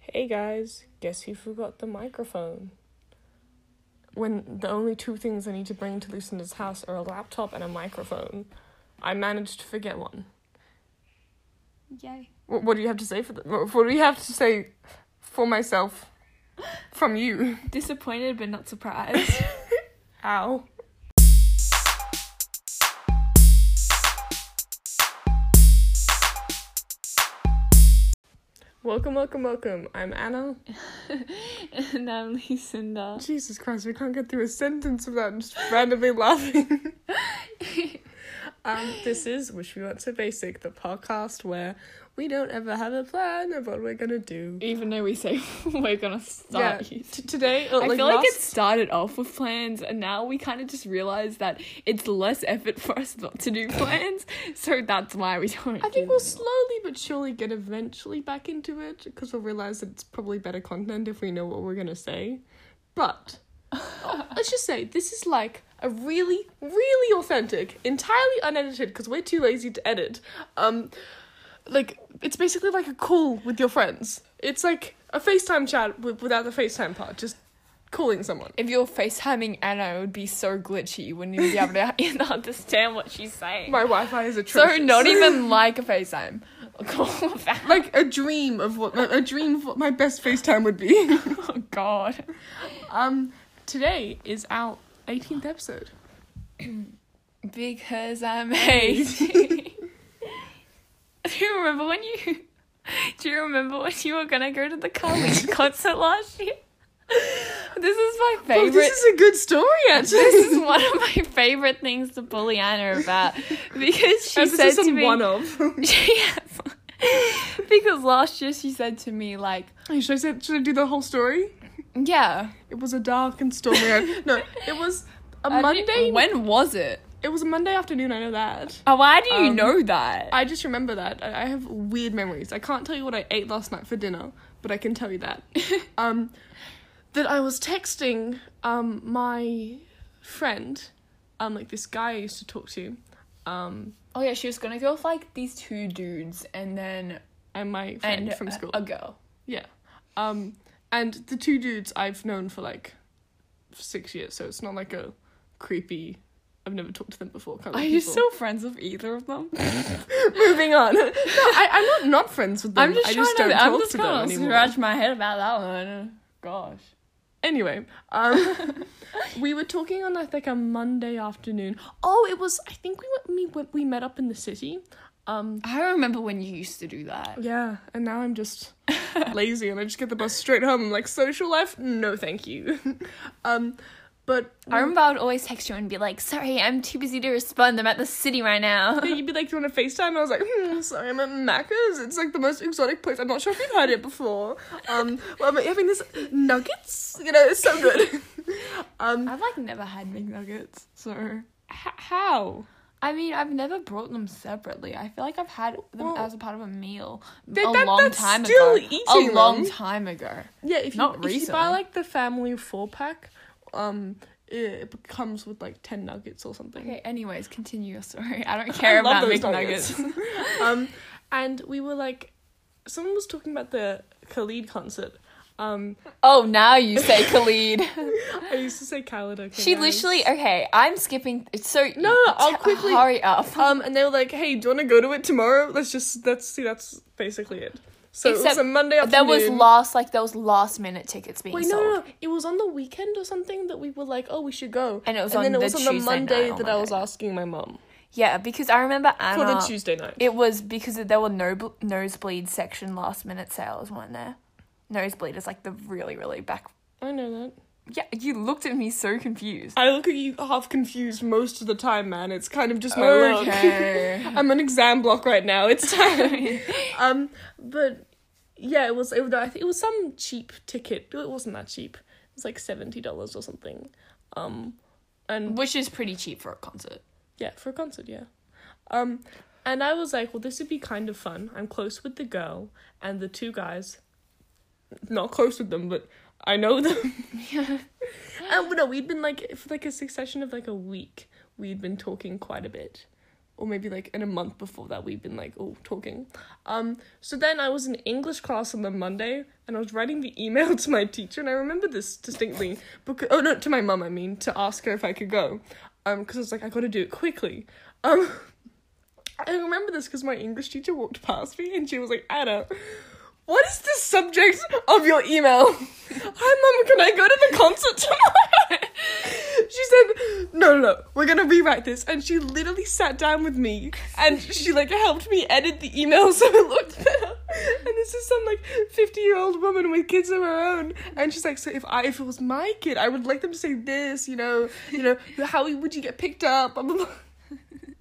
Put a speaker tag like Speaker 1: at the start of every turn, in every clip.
Speaker 1: hey guys, guess who forgot the microphone? When the only two things I need to bring to Lucinda's house are a laptop and a microphone, I managed to forget one.
Speaker 2: Yay.
Speaker 1: What, what do you have to say for that? What, what do you have to say for myself from you?
Speaker 2: Disappointed but not surprised.
Speaker 1: Ow. Welcome, welcome, welcome. I'm Anna.
Speaker 2: and I'm Lucinda.
Speaker 1: Jesus Christ, we can't get through a sentence without just randomly laughing. um, this is Wish We Weren't So Basic, the podcast where we don't ever have a plan of what we're gonna do.
Speaker 2: Even though we say we're gonna
Speaker 1: Yeah,
Speaker 2: start
Speaker 1: t-
Speaker 2: using
Speaker 1: today, uh,
Speaker 2: I feel like it started off with plans, and now we kind of just realize that it's less effort for us not to do plans, so that's why we don't.
Speaker 1: I think
Speaker 2: do
Speaker 1: we'll
Speaker 2: them.
Speaker 1: slowly but surely get eventually back into it because we'll realize that it's probably better content if we know what we're gonna say. But let's just say this is like a really, really authentic, entirely unedited because we're too lazy to edit. Um, like it's basically like a call with your friends. It's like a FaceTime chat with, without the FaceTime part, just calling someone.
Speaker 2: If you're FaceTiming Anna, it would be so glitchy. You wouldn't even be able to understand what she's saying.
Speaker 1: My Wi-Fi is a
Speaker 2: so not even like a FaceTime. Call back.
Speaker 1: like a dream of what a dream of what my best FaceTime would be.
Speaker 2: Oh God.
Speaker 1: Um, today is our 18th episode.
Speaker 2: Because I'm 18. do you remember when you? Do you remember when you were gonna go to the Carly concert last year? This is my
Speaker 1: Oh,
Speaker 2: favorite.
Speaker 1: this is a good story, actually.
Speaker 2: this is one of my favorite things to bully Anna about because she
Speaker 1: And
Speaker 2: said
Speaker 1: this is
Speaker 2: to
Speaker 1: a
Speaker 2: me.
Speaker 1: one of.
Speaker 2: Yes. because last year she said to me like,
Speaker 1: should I say, should I do the whole story?
Speaker 2: yeah,
Speaker 1: It was a dark and stormy. night. no, it was a
Speaker 2: I didn't-
Speaker 1: Monday.
Speaker 2: When was it?
Speaker 1: It was a Monday afternoon. I know that.
Speaker 2: Oh, why do you
Speaker 1: Um,
Speaker 2: know that?
Speaker 1: I just remember that. I, I have weird memories. I can't tell you what I ate last night for dinner, but I can tell you that. um, that I was texting um my friend, um like this guy I used to talk to, um
Speaker 2: oh yeah, she was gonna go with like these two dudes and then
Speaker 1: and my friend
Speaker 2: and uh,
Speaker 1: from school.
Speaker 2: a girl.
Speaker 1: Yeah. Um, and the two dudes I've known for like six years, so it's not like a creepy. I've never talked to them before. Kind of
Speaker 2: Are you
Speaker 1: people.
Speaker 2: still friends with either of them?
Speaker 1: moving on? no, I, I'm not not friends with them.
Speaker 2: I'm just
Speaker 1: I
Speaker 2: trying
Speaker 1: just
Speaker 2: to.
Speaker 1: don't
Speaker 2: I'm
Speaker 1: talk
Speaker 2: just
Speaker 1: to them
Speaker 2: gonna
Speaker 1: anymore.
Speaker 2: scratch my head about that one. Gosh.
Speaker 1: Anyway, um, we were talking on I think a Monday afternoon. Oh, it was. I think we went, we went, we met up in the city. Um,
Speaker 2: I remember when you used to do that.
Speaker 1: yeah, and now I'm just lazy and I just get the bus straight home. I'm like social life, no, thank you. um, but
Speaker 2: I remember I would always text you and be like, "Sorry, I'm too busy to respond. I'm at the city right now."
Speaker 1: Yeah, you'd be like, "Do you want to FaceTime?" And I was like, hmm, "Sorry, I'm at Macca's. It's like the most exotic place. I'm not sure if you've heard it before. Um, well, I'm having this nuggets. You know, it's so good. um,
Speaker 2: I've like never had McNuggets, so
Speaker 1: h- how?
Speaker 2: I mean, I've never brought them separately. I feel like I've had them
Speaker 1: Well,
Speaker 2: as a part of a meal
Speaker 1: that-
Speaker 2: a
Speaker 1: that-
Speaker 2: long
Speaker 1: that's
Speaker 2: time
Speaker 1: still
Speaker 2: ago.
Speaker 1: eating
Speaker 2: a long
Speaker 1: them.
Speaker 2: time ago.
Speaker 1: Yeah, if you, if
Speaker 2: Not
Speaker 1: you buy
Speaker 2: recently.
Speaker 1: like the family four pack, um, it it comes with like ten nuggets or something.
Speaker 2: Okay. Anyways, continue your story. I don't
Speaker 1: I
Speaker 2: care
Speaker 1: love
Speaker 2: about
Speaker 1: those
Speaker 2: McNuggets.
Speaker 1: um, and we were like, someone was talking about the Khalid concert. Um,
Speaker 2: oh, now you say Khalid.
Speaker 1: I used to say Khalid. Okay,
Speaker 2: she
Speaker 1: guys.
Speaker 2: literally. Okay, I'm skipping. It's so
Speaker 1: No, no, I'll
Speaker 2: t-
Speaker 1: quickly-
Speaker 2: hurry up.
Speaker 1: Um, and they were like, "Hey, do you want to go to it tomorrow?" Let's just let's see. That's basically it. So it was
Speaker 2: Except
Speaker 1: a Monday afternoon.
Speaker 2: There was last like there was last minute tickets being
Speaker 1: Wait, no,
Speaker 2: sold.
Speaker 1: no, no, it was on the weekend or something that we were like, "Oh, we should go."
Speaker 2: And it was
Speaker 1: then
Speaker 2: on
Speaker 1: it
Speaker 2: the
Speaker 1: was on the
Speaker 2: Tuesday
Speaker 1: Monday
Speaker 2: night Oh or
Speaker 1: that I was
Speaker 2: Monday.
Speaker 1: asking my mom
Speaker 2: Yeah, because I remember
Speaker 1: for
Speaker 2: Anna.
Speaker 1: the Tuesday night.
Speaker 2: uh, It was because there were no bl- nosebleed section last minute sales, weren't there? Nosebleed is like the really, really back.
Speaker 1: I know that.
Speaker 2: Yeah, you looked at me so confused.
Speaker 1: I look at you half confused most of the time, man. It's kind of just my
Speaker 2: Okay.
Speaker 1: look. I'm an exam block right now. It's time. um, but yeah, it was. It, was- I think it was some cheap ticket. It wasn't that cheap. It was like seventy dollars or something. Um, and
Speaker 2: Which is pretty cheap for a concert.
Speaker 1: Yeah, for a concert, yeah. Um, and I was like, well, this would be kind of fun. I'm close with the girl and the two guys. Not close with them, but I know them. Um, Yeah. and no, we'd been like for like a succession of like a week. We'd been talking quite a bit, or maybe like in a month before that we've been like all talking. Um, so then I was in English class on the Monday and I was writing the email to my teacher and I remember this distinctly because oh no to my mum I mean to ask her if I could go, um because I was like I got to do it quickly. Um, I remember this because my English teacher walked past me and she was like Anna. What is the subject of your email? Hi, Mum, can I go to the concert tomorrow? she said, no, no, no, we're gonna rewrite this. And she literally sat down with me and she like helped me edit the email so it looked better. And this is some like 50 year old woman with kids of her own. And she's like, so if I, if it was my kid, I would like them to say this, you know, you know, how would you get picked up? Blah, blah, blah.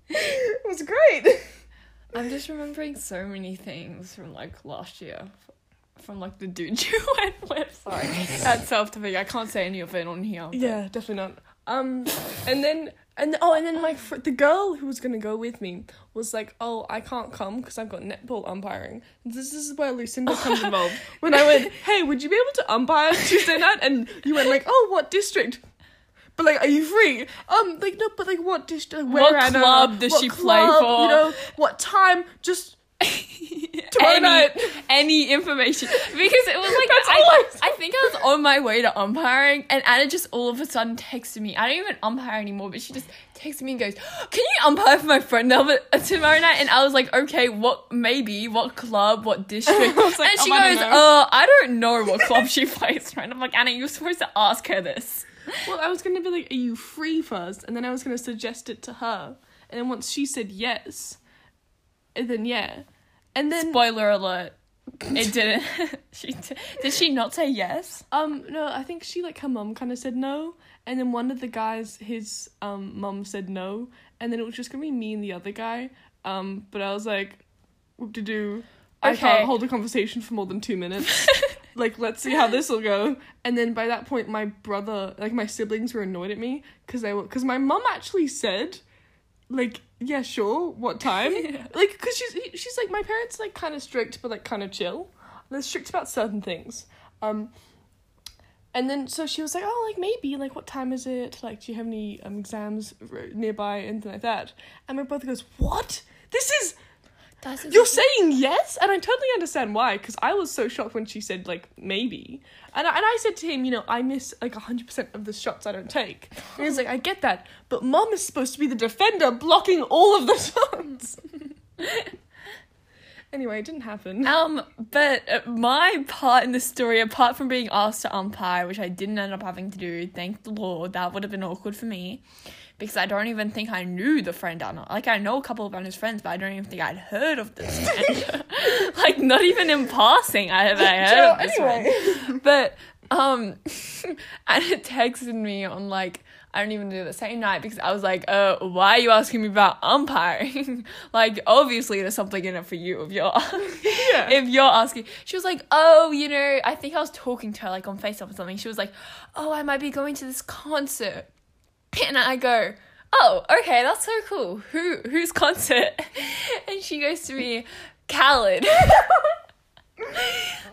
Speaker 1: it was great.
Speaker 2: I'm just remembering so many things from like last year, f- from like the dude you went with. Sorry, that's self to I can't say any of it on here. but-
Speaker 1: Yeah, definitely not. Um, and then and oh, and then my fr- the girl who was gonna go with me was like, "Oh, I can't come because I've got netball umpiring." This, this is where Lucinda comes involved. When I went, "Hey, would you be able to umpire Tuesday night?" and you went like, "Oh, what district?" But like, are you free? Um, like no, but like, what district? Where
Speaker 2: What
Speaker 1: Anna,
Speaker 2: club does
Speaker 1: what
Speaker 2: she play
Speaker 1: club,
Speaker 2: for?
Speaker 1: You know what time? Just tomorrow
Speaker 2: any,
Speaker 1: night.
Speaker 2: any information because it was like
Speaker 1: That's
Speaker 2: I,
Speaker 1: all I-
Speaker 2: I think I was on my way to umpiring and Anna just all of a sudden texted me. I don't even umpire anymore, but she just texted me and goes, "Can you umpire for my friend Elva tomorrow night?" And I was like, "Okay, what? Maybe what club? What district?"
Speaker 1: like,
Speaker 2: and
Speaker 1: "Oh,
Speaker 2: she
Speaker 1: I don't
Speaker 2: goes,
Speaker 1: know."
Speaker 2: "Uh, I don't know what club she plays for." And I'm like, "Anna, you're supposed to ask her this."
Speaker 1: Well, I was gonna be like, "Are you free first? And then I was gonna suggest it to her, and then once she said yes, and then yeah, and then
Speaker 2: Spoiler alert. It didn't. she d- did she not say yes?
Speaker 1: um no, I think she like her mum kind of said no, and then one of the guys, his um mum said no, and then it was just gonna be me and the other guy, um, but I was like, whoop de doo, I
Speaker 2: Okay.
Speaker 1: can't hold a conversation for more than two minutes. Like let's see how this will go, and then by that point, my brother, like my siblings, were annoyed at me because they were because my mum actually said like yeah sure what time like because she's he- she's like my parents like kind of strict but like kind of chill they're strict about certain things um and then so she was like oh like maybe like what time is it like do you have any um, exams r- nearby anything like that and my brother goes what this is
Speaker 2: That's
Speaker 1: you're saying yes and i totally understand why because i was so shocked when she said like maybe and I, and I said to him you know i miss like 100% of the shots i don't take and he's like i get that but mom is supposed to be the defender blocking all of the shots anyway it didn't happen
Speaker 2: Um, but uh, my part in the story, apart from being asked to umpire, which I didn't end up having to do, thank the Lord, that would have been awkward for me because I don't even think I knew the friend Anna. Like, I know a couple of Anna's friends, but I don't even think I'd heard of this friend. like, not even in passing I have I heard
Speaker 1: Well,
Speaker 2: of this friend but um Anna texted me on like I don't even do the same night because I was like, uh, why are you asking me about umpiring? like, obviously there's something in it for you if you're if you're asking. She was like, oh, you know, I think I was talking to her like on FaceTime or something. She was like, oh, I might be going to this concert. And I go, Oh, okay, that's so cool. Who whose concert? And she goes to me, Khaled. and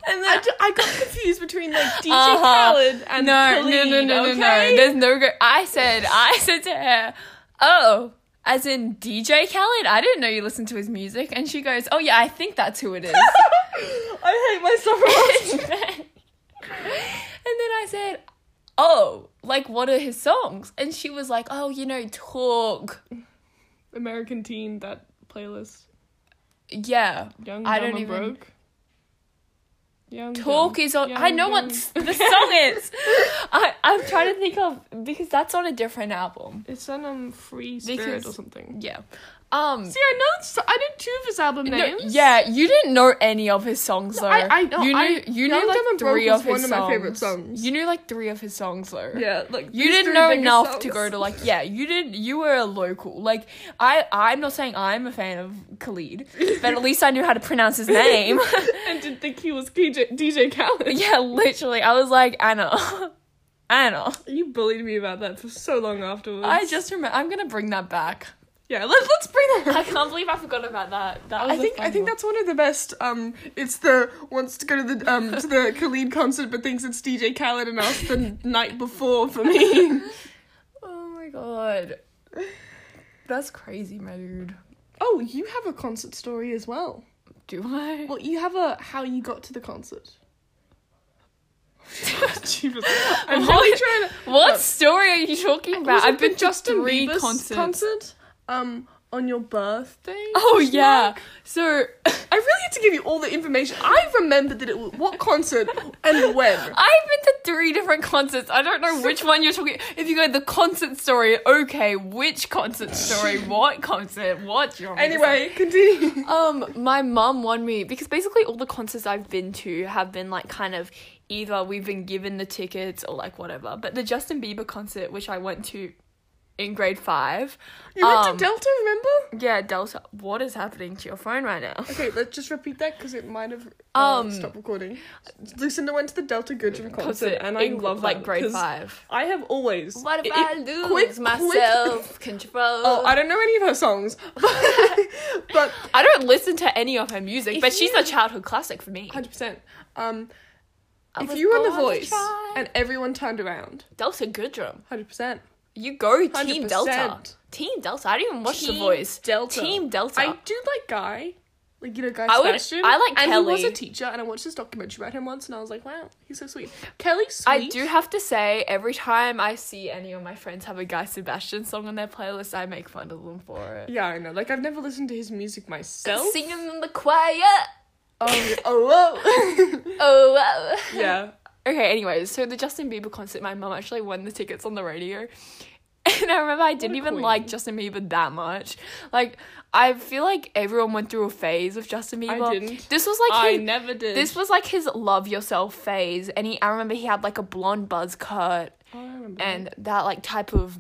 Speaker 1: I,
Speaker 2: then
Speaker 1: ju- I got confused between like DJ
Speaker 2: Uh-huh.
Speaker 1: Khaled and
Speaker 2: no, no, no,
Speaker 1: Khalid,
Speaker 2: no, no, no.
Speaker 1: okay?
Speaker 2: There's no. Go- I said, I said to her, oh, as in DJ Khaled. I didn't know you listened to his music, and she goes, oh yeah, I think that's who it is.
Speaker 1: I hate myself for asking.
Speaker 2: and then I said, oh, like what are his songs? And she was like, oh, you know, talk.
Speaker 1: American Teen that playlist.
Speaker 2: Yeah,
Speaker 1: Young,
Speaker 2: I
Speaker 1: dumb,
Speaker 2: don't
Speaker 1: and
Speaker 2: even-
Speaker 1: broke. Young,
Speaker 2: Talk
Speaker 1: dumb.
Speaker 2: is on.
Speaker 1: Yeah,
Speaker 2: I know
Speaker 1: yeah.
Speaker 2: what s- the song is. I I'm trying to think of because that's on a different album.
Speaker 1: It's on um, Free Spirit
Speaker 2: Because-
Speaker 1: or something.
Speaker 2: Yeah. Um.
Speaker 1: See, I know. it's- I didn't choose his album
Speaker 2: No,
Speaker 1: names.
Speaker 2: yeah, you didn't know any of his songs though.
Speaker 1: I- I know,
Speaker 2: You knew,
Speaker 1: I-
Speaker 2: you
Speaker 1: Young
Speaker 2: knew like
Speaker 1: Dumb and Broke
Speaker 2: three
Speaker 1: is
Speaker 2: of his
Speaker 1: one of my favorite songs.
Speaker 2: You knew like three of his songs though.
Speaker 1: yeah. Like
Speaker 2: You didn't know enough to go to like yeah, you didn't you were a local. Like I I'm not saying I'm a fan of Khalid, but at least I knew how to pronounce his name.
Speaker 1: and didn't think he was DJ, DJ Khaled.
Speaker 2: yeah, literally. I was like, Anna. Anna.
Speaker 1: You bullied me about that for so long afterwards.
Speaker 2: I just remember I'm gonna bring that back.
Speaker 1: yeah. Let, let's bring that.
Speaker 2: I can't believe I forgot about that. That was
Speaker 1: I think I think that's one of the best. Um, it's the wants to go to the um to the Khalid concert, but thinks it's DJ Khaled and us the night before for me.
Speaker 2: Oh my god. That's crazy, my dude.
Speaker 1: Oh, you have a concert story as well.
Speaker 2: Do I?
Speaker 1: Well, you have a how you got to the concert. Jesus. I'm really
Speaker 2: What?
Speaker 1: trying to.
Speaker 2: what
Speaker 1: no.
Speaker 2: story are you talking
Speaker 1: It
Speaker 2: about?
Speaker 1: was
Speaker 2: I've
Speaker 1: at
Speaker 2: been
Speaker 1: the
Speaker 2: to Justin three
Speaker 1: Bieber's
Speaker 2: concerts.
Speaker 1: concert. Um, on your birthday.
Speaker 2: Oh
Speaker 1: Mark?
Speaker 2: yeah. So
Speaker 1: I really had to give you all the information. I remembered that it was what concert and when.
Speaker 2: I've been to three different concerts. I don't know which one you're talking. If you go the concert story, okay, which concert story? What concert? What? do you want me to say?
Speaker 1: Anyway, continue.
Speaker 2: Um, my mum won me because basically all the concerts I've been to have been like kind of either we've been given the tickets or like whatever. But the Justin Bieber concert, which I went to in grade five,
Speaker 1: You went
Speaker 2: um,
Speaker 1: to Delta, remember?
Speaker 2: yeah, Delta. What is happening to your phone right now?
Speaker 1: Okay, let's just repeat that because it might have uh,
Speaker 2: Um,
Speaker 1: stopped recording. Lucinda went to the Delta Goodrum concert, and I
Speaker 2: in,
Speaker 1: love
Speaker 2: like
Speaker 1: that,
Speaker 2: grade
Speaker 1: 'cause
Speaker 2: five.
Speaker 1: I have always.
Speaker 2: What
Speaker 1: it-
Speaker 2: if I
Speaker 1: it-
Speaker 2: lose
Speaker 1: quick, quick-
Speaker 2: myself control?
Speaker 1: Oh, I don't know any of her songs, but, but
Speaker 2: I don't listen to any of her music,
Speaker 1: If
Speaker 2: but she's
Speaker 1: you-
Speaker 2: a childhood classic for me.
Speaker 1: 100%. Um,
Speaker 2: I
Speaker 1: if
Speaker 2: was
Speaker 1: you were on The
Speaker 2: born to
Speaker 1: Voice
Speaker 2: try.
Speaker 1: and everyone turned around,
Speaker 2: Delta Goodrum.
Speaker 1: 100%.
Speaker 2: You go Team
Speaker 1: 100%.
Speaker 2: Delta. Team Delta. I didn't even watch The
Speaker 1: Team
Speaker 2: Voice.
Speaker 1: Delta.
Speaker 2: Team Delta.
Speaker 1: I do like Guy. Like, you know, Guy
Speaker 2: I would-
Speaker 1: Sebastian.
Speaker 2: I like
Speaker 1: and he was a
Speaker 2: Kelly.
Speaker 1: teacher, and I watched this documentary about him once, and I was like, wow, he's so sweet. Kelly's sweet.
Speaker 2: I do have to say, every time I see any of my friends have a Guy Sebastian song on their playlist, I make fun of them for it.
Speaker 1: Yeah, I know. Like, I've never listened to his music myself.
Speaker 2: Singing in the choir.
Speaker 1: oh, oh, whoa.
Speaker 2: Oh, wow.
Speaker 1: yeah.
Speaker 2: Okay, anyways, so the Justin Bieber concert, my mum actually won the tickets on the radio. And I remember I didn't
Speaker 1: a
Speaker 2: even
Speaker 1: queen.
Speaker 2: like Justin Bieber that much. Like, I feel like everyone went through a phase with Justin
Speaker 1: I
Speaker 2: Bieber.
Speaker 1: didn't.
Speaker 2: This was like
Speaker 1: I
Speaker 2: his-
Speaker 1: never did.
Speaker 2: This was like his love yourself phase, and he I remember he had like a blonde buzz cut
Speaker 1: Oh, I remember.
Speaker 2: and that like type of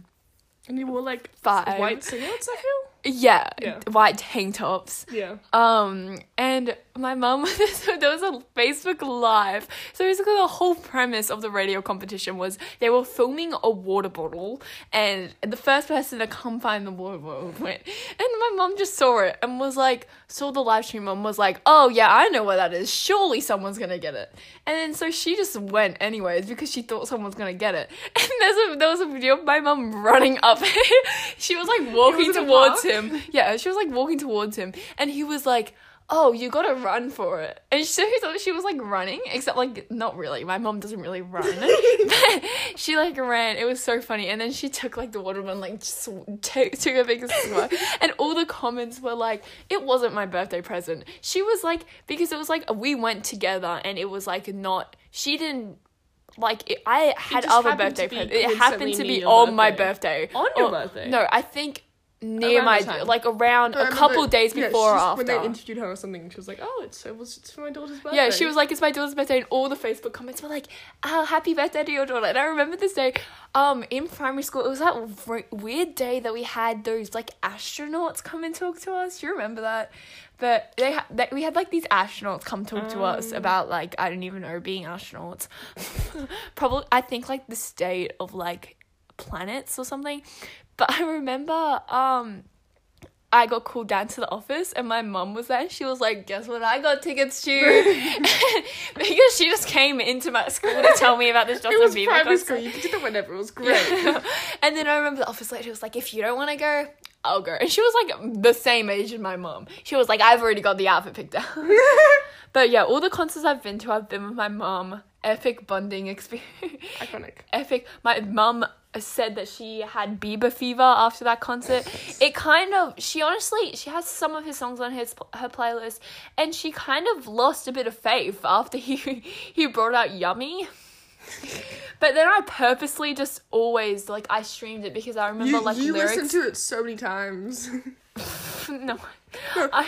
Speaker 1: and he wore, like,
Speaker 2: Five.
Speaker 1: white singlets, I feel?
Speaker 2: yeah,
Speaker 1: Yeah.
Speaker 2: white tank tops.
Speaker 1: Yeah.
Speaker 2: Um, and my mum, so there was a Facebook Live. So basically, the whole premise of the radio competition was they were filming a water bottle, and the first person to come find the water bottle went. And my mum just saw it and was like, saw the live stream and was like, oh yeah, I know where that is. Surely someone's gonna get it. And then so she just went anyways because she thought someone's gonna get it. And there's a, there was a video of my mum running up. she was like walking
Speaker 1: in a
Speaker 2: towards
Speaker 1: park?
Speaker 2: him him. Yeah, she was like walking towards him, and he was like, "Oh, you gotta run for it." And so he thought she was like running, except like not really. My mom doesn't really run. But she like ran. It was so funny. And then she took like the water and like just took took a big swig, and all the comments were like, "It wasn't my birthday present." She was like, because it was like we went together, and it was like not. She didn't. Like it, I had
Speaker 1: just
Speaker 2: other
Speaker 1: happened to
Speaker 2: birthday
Speaker 1: be
Speaker 2: presents. It happened to
Speaker 1: coincidentally
Speaker 2: be
Speaker 1: near
Speaker 2: on my
Speaker 1: birthday.
Speaker 2: birthday.
Speaker 1: On your
Speaker 2: Or-
Speaker 1: birthday?
Speaker 2: No, I think near
Speaker 1: Around
Speaker 2: my
Speaker 1: the time.
Speaker 2: like around
Speaker 1: But I
Speaker 2: a
Speaker 1: remember-
Speaker 2: couple days
Speaker 1: yeah,
Speaker 2: before or
Speaker 1: she's-
Speaker 2: after.
Speaker 1: When they interviewed her or something, she was like, "Oh, it's it was it's for my daughter's birthday."
Speaker 2: yeah, she was like, "It's my daughter's birthday," and all the Facebook comments were like, "Oh, happy birthday to your daughter!" And I remember this day, um, in primary school, it was that w- weird day that we had those like astronauts come and talk to us. Do you remember that? But they, ha- that we had like these astronauts come talk to
Speaker 1: Mm.
Speaker 2: us about like I don't even know being astronauts. Probably, I think like the state of like planets or something. But I remember, um. I got called down to the office and my mum was there. She was like, Guess what? I got tickets to. because she just came into my school to tell me about this Justin
Speaker 1: It was
Speaker 2: Bieber
Speaker 1: primary
Speaker 2: concert.
Speaker 1: school. You could do that whenever. It was great.
Speaker 2: and then I remember the office lady was like, If you don't want to go, I'll go. And she was like the same age as my mum. She was like, I've already got the outfit picked out. but yeah, all the concerts I've been to, I've been with my mum. Epic bonding experience
Speaker 1: Iconic.
Speaker 2: epic. My mum said that she had Bieber fever after that concert. It kind of she honestly she has some of his songs on his her playlist, and she kind of lost a bit of faith after he he brought out Yummy. But then I purposely just always like I streamed it because I remember
Speaker 1: You,
Speaker 2: like
Speaker 1: you
Speaker 2: lyrics.
Speaker 1: listened to it so many times
Speaker 2: no,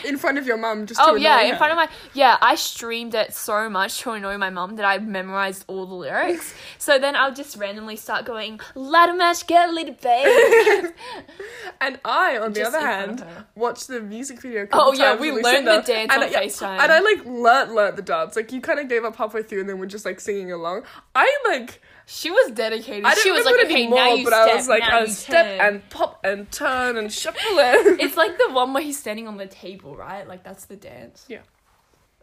Speaker 1: in front of your mum. Just
Speaker 2: oh
Speaker 1: to
Speaker 2: yeah,
Speaker 1: annoy
Speaker 2: in
Speaker 1: her.
Speaker 2: front of my yeah, I streamed it so much to annoy my mum that I memorized all the lyrics. so then I'll just randomly start going, Latimash, get a little babe.
Speaker 1: And I, on the
Speaker 2: Just
Speaker 1: other
Speaker 2: in front of
Speaker 1: hand,
Speaker 2: her.
Speaker 1: watched the music video. a
Speaker 2: Oh,
Speaker 1: couple
Speaker 2: yeah,
Speaker 1: times
Speaker 2: we
Speaker 1: with
Speaker 2: learned the
Speaker 1: Lucinda,
Speaker 2: dance
Speaker 1: and
Speaker 2: on
Speaker 1: I- yeah,
Speaker 2: FaceTime.
Speaker 1: And I like learnt learnt the dance. Like you kind of gave up halfway through, and then we're just like singing along. I like
Speaker 2: She was dedicated.
Speaker 1: I didn't
Speaker 2: she was
Speaker 1: remember
Speaker 2: like,
Speaker 1: it
Speaker 2: okay,
Speaker 1: anymore,
Speaker 2: now you
Speaker 1: but
Speaker 2: step,
Speaker 1: I was like,
Speaker 2: now
Speaker 1: I
Speaker 2: you
Speaker 1: step
Speaker 2: turn.
Speaker 1: and pop and turn and shuffle it.
Speaker 2: it's like the one where he's standing on the table, right? Like that's the dance.
Speaker 1: Yeah.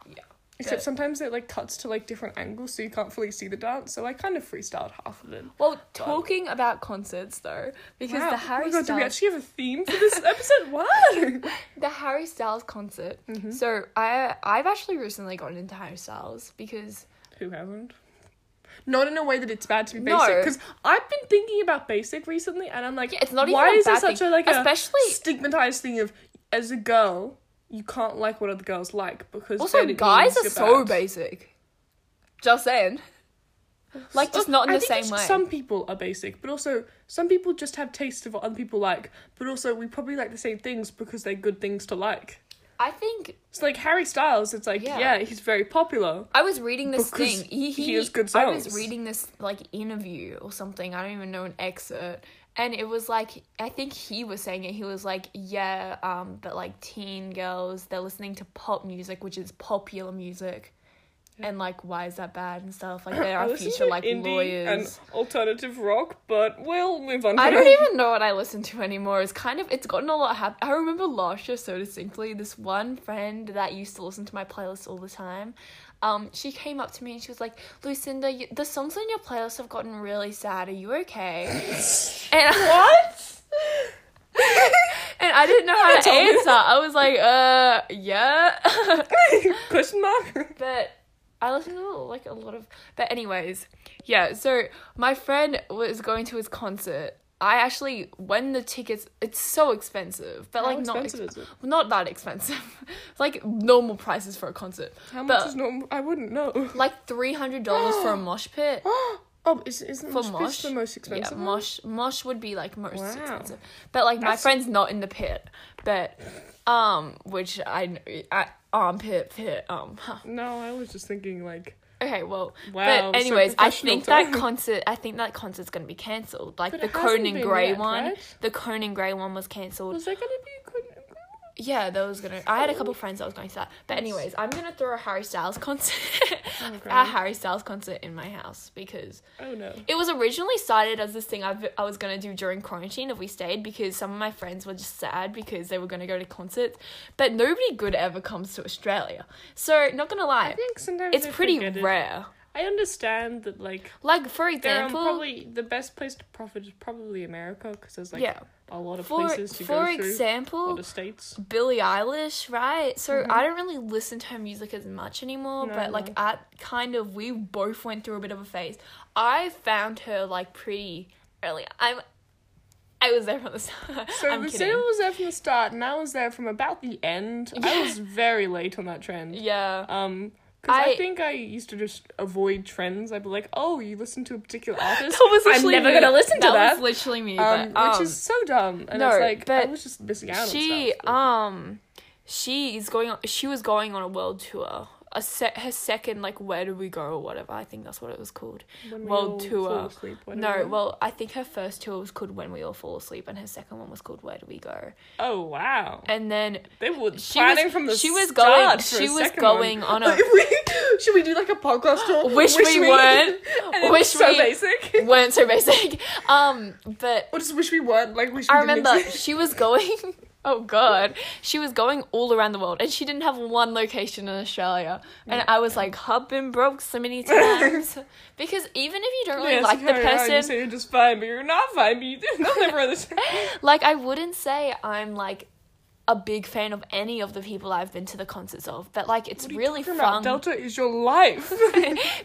Speaker 2: Yeah.
Speaker 1: Except
Speaker 2: But-
Speaker 1: sometimes it like cuts to like different angles, so you can't fully see the dance. So I kind of freestyled half of it.
Speaker 2: Well, talking about concerts though, because
Speaker 1: Wow.
Speaker 2: the Harry
Speaker 1: oh my God, do we
Speaker 2: Styles
Speaker 1: actually have a theme for this episode? Wow.
Speaker 2: the Harry Styles concert.
Speaker 1: Mm-hmm.
Speaker 2: So I I've actually recently gotten into Harry Styles because
Speaker 1: Who hasn't? Not in a way that it's bad to be
Speaker 2: No.
Speaker 1: basic, because I've been thinking about basic recently, and I'm like,
Speaker 2: Yeah, it's not even
Speaker 1: why
Speaker 2: a
Speaker 1: is there
Speaker 2: bad
Speaker 1: such
Speaker 2: thing.
Speaker 1: a like a
Speaker 2: Especially-
Speaker 1: stigmatized thing of as a girl you can't like what other girls like because
Speaker 2: also
Speaker 1: then it
Speaker 2: guys
Speaker 1: means
Speaker 2: are
Speaker 1: you're
Speaker 2: so
Speaker 1: bad.
Speaker 2: basic. Just saying. Like just not in
Speaker 1: I
Speaker 2: the
Speaker 1: think
Speaker 2: same
Speaker 1: it's-
Speaker 2: way.
Speaker 1: Some people are basic, but also some people just have taste of what other people like. But also we probably like the same things because they're good things to like.
Speaker 2: I think
Speaker 1: So like Harry Styles, it's like yeah,
Speaker 2: Yeah.
Speaker 1: he's very popular.
Speaker 2: I was reading this
Speaker 1: Because
Speaker 2: thing. He,
Speaker 1: he
Speaker 2: he,
Speaker 1: has good
Speaker 2: I was
Speaker 1: songs.
Speaker 2: reading this like interview or something. I don't even know an excerpt. And it was like I think he was saying it. He was like, "Yeah, um, but like teen girls, they're listening to pop music, which is popular music, and like, why is that bad and stuff? Like, there
Speaker 1: I
Speaker 2: are
Speaker 1: listen
Speaker 2: future
Speaker 1: to
Speaker 2: like
Speaker 1: indie
Speaker 2: lawyers.
Speaker 1: and alternative rock, but we'll move on.
Speaker 2: I
Speaker 1: from
Speaker 2: don't
Speaker 1: it.
Speaker 2: even know what I listen to anymore. It's kind of it's gotten a lot hap- I remember last year so distinctly. This one friend that used to listen to my playlist all the time, um, she came up to me and she was like, "Lucinda, you, the songs on your playlist have gotten really sad. Are you okay?" and what? and I didn't know how to
Speaker 1: told me.
Speaker 2: answer. I was like, "Uh, yeah."
Speaker 1: Question mark.
Speaker 2: but I listen to like a lot of. But anyways, yeah. So my friend was going to his concert. I actually when the tickets, it's so expensive, but
Speaker 1: How
Speaker 2: like
Speaker 1: expensive
Speaker 2: not
Speaker 1: is it?
Speaker 2: not that expensive, like normal prices for a concert.
Speaker 1: How
Speaker 2: but
Speaker 1: much is normal? I wouldn't know.
Speaker 2: like three hundred dollars for a mosh pit?
Speaker 1: oh, is, isn't
Speaker 2: For
Speaker 1: mosh, pits
Speaker 2: mosh?
Speaker 1: the most expensive?
Speaker 2: Yeah,
Speaker 1: one?
Speaker 2: mosh mosh would be like most
Speaker 1: Wow.
Speaker 2: expensive. But like my
Speaker 1: That's-
Speaker 2: friend's not in the pit, but um, which I, I armpit pit um.
Speaker 1: No, I was just thinking like.
Speaker 2: Okay, well,
Speaker 1: Wow,
Speaker 2: but
Speaker 1: so
Speaker 2: anyways, I
Speaker 1: professional
Speaker 2: think that
Speaker 1: time.
Speaker 2: concert, I think that concert's gonna be cancelled. Like
Speaker 1: But
Speaker 2: the
Speaker 1: it hasn't
Speaker 2: Conan
Speaker 1: been
Speaker 2: Gray
Speaker 1: yet,
Speaker 2: one,
Speaker 1: right?
Speaker 2: the Conan Gray one was cancelled.
Speaker 1: Was Oh. there gonna be a good?
Speaker 2: Yeah, that was gonna. I had a couple friends that was going to that. But anyways, I'm gonna throw a Harry Styles concert, a
Speaker 1: God.
Speaker 2: Harry Styles concert in my house because
Speaker 1: Oh no.
Speaker 2: it was originally started as this thing I've, I was going to do during quarantine if we stayed because some of my friends were just sad because they were going to go to concerts. But nobody good ever comes to Australia. So, not going to lie,
Speaker 1: I think sometimes
Speaker 2: it's
Speaker 1: I
Speaker 2: pretty
Speaker 1: forget it.
Speaker 2: rare.
Speaker 1: I understand that like
Speaker 2: Like,
Speaker 1: there
Speaker 2: for
Speaker 1: are
Speaker 2: example,
Speaker 1: um, probably the best place to profit is probably America because there's like
Speaker 2: Yeah.
Speaker 1: a lot of
Speaker 2: for,
Speaker 1: places to
Speaker 2: for
Speaker 1: go through. A
Speaker 2: example,
Speaker 1: lot of states.
Speaker 2: Billie Eilish, right? So I don't really listen to her music as much anymore,
Speaker 1: Mm-hmm. No,
Speaker 2: but like I kind of we both went through a bit of a phase. I found her like pretty early. I'm I was there from the start.
Speaker 1: So
Speaker 2: I'm
Speaker 1: Lucille
Speaker 2: kidding.
Speaker 1: was there from the start, and I was there from about the end. I was very late on that trend.
Speaker 2: yeah.
Speaker 1: Um, because I,
Speaker 2: I-
Speaker 1: think I used to just avoid trends. I'd be like, "Oh, you listen to a particular artist?
Speaker 2: That was
Speaker 1: I'm
Speaker 2: literally
Speaker 1: never
Speaker 2: me.
Speaker 1: gonna listen to that."
Speaker 2: was literally me.
Speaker 1: um,
Speaker 2: but,
Speaker 1: which
Speaker 2: um,
Speaker 1: is so dumb. And
Speaker 2: no,
Speaker 1: it's like I
Speaker 2: but
Speaker 1: was just missing out.
Speaker 2: she
Speaker 1: on stuff.
Speaker 2: um she is going on she was going on a world tour a se- her second like where do we go or whatever i think that's what it was called
Speaker 1: When we all
Speaker 2: world
Speaker 1: fall
Speaker 2: tour
Speaker 1: asleep, what do we
Speaker 2: no
Speaker 1: do?
Speaker 2: well i think her first tour was called when we all fall asleep and her second one was called where do we go
Speaker 1: Oh wow!
Speaker 2: and then
Speaker 1: They were
Speaker 2: she
Speaker 1: planning
Speaker 2: was-
Speaker 1: from the
Speaker 2: she was
Speaker 1: start
Speaker 2: going-
Speaker 1: for
Speaker 2: she
Speaker 1: a
Speaker 2: was
Speaker 1: second
Speaker 2: going
Speaker 1: one.
Speaker 2: on a-
Speaker 1: We- should we do like a podcast tour?
Speaker 2: wish, we, weren't
Speaker 1: And it was
Speaker 2: wish
Speaker 1: so
Speaker 2: we
Speaker 1: basic.
Speaker 2: weren't so basic um but
Speaker 1: Or just wish we weren't. Like wish we
Speaker 2: I
Speaker 1: didn't
Speaker 2: remember
Speaker 1: exist.
Speaker 2: she was going. Oh god, she was going all around the world, and she didn't have one location in Australia. And I was like, "Hub been broke so many times," because even if you don't really
Speaker 1: Yes,
Speaker 2: like the
Speaker 1: carry on, You
Speaker 2: person,
Speaker 1: say you're just fine, but you're not fine. But you do nothing never understand.
Speaker 2: like I wouldn't say I'm like a big fan of any of the people I've been to the concerts of, but like it's
Speaker 1: What are you
Speaker 2: really
Speaker 1: talking about?
Speaker 2: fun.
Speaker 1: Delta is your life.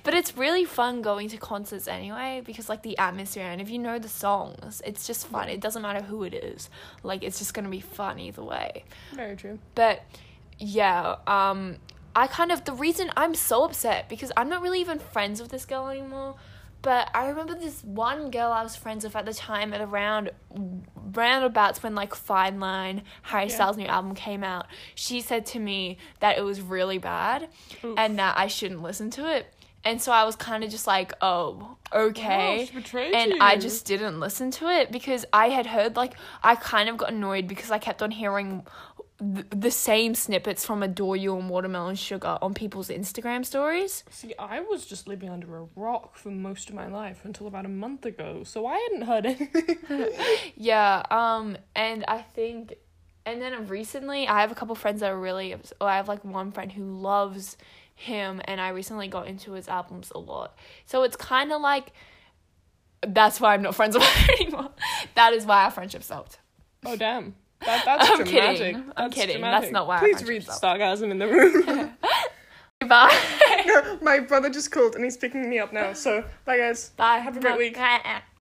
Speaker 2: but it's really fun going to concerts anyway because like the atmosphere and if you know the songs, it's just fun. It doesn't matter who it is. Like it's just gonna be fun either way.
Speaker 1: Very true.
Speaker 2: But yeah, um I kind of the reason I'm so upset because I'm not really even friends with this girl anymore. But I remember this one girl I was friends with at the time at around roundabouts when like Fine Line, Harry
Speaker 1: Yeah.
Speaker 2: Styles' new album came out. She said to me that it was really bad
Speaker 1: Oof.
Speaker 2: and that I shouldn't listen to it. And so I was kind of just like, oh, okay
Speaker 1: Wow, she betrayed
Speaker 2: and
Speaker 1: you.
Speaker 2: I just didn't listen to it because I had heard like I kind of got annoyed because I kept on hearing th- the same snippets from Adore You and Watermelon Sugar on people's Instagram stories.
Speaker 1: See, I was just living under a rock for most of my life until about a month ago, so I hadn't heard anything.
Speaker 2: Yeah, um, and I think, and then recently I have a couple friends that are really, obs- or I have like one friend who loves him and I recently got into his albums a lot. So it's kind of like that's why I'm not friends with her anymore. That is why our friendship stopped.
Speaker 1: Oh damn. That, that's
Speaker 2: I'm kidding.
Speaker 1: dramatic.
Speaker 2: I'm
Speaker 1: That's
Speaker 2: kidding. That's
Speaker 1: Dramatic.
Speaker 2: not why I
Speaker 1: Please
Speaker 2: punched
Speaker 1: read
Speaker 2: myself.
Speaker 1: sarcasm in the room.
Speaker 2: Bye.
Speaker 1: My brother just called and he's picking me up now. So bye guys.
Speaker 2: Bye.
Speaker 1: Have a great week.
Speaker 2: Bye.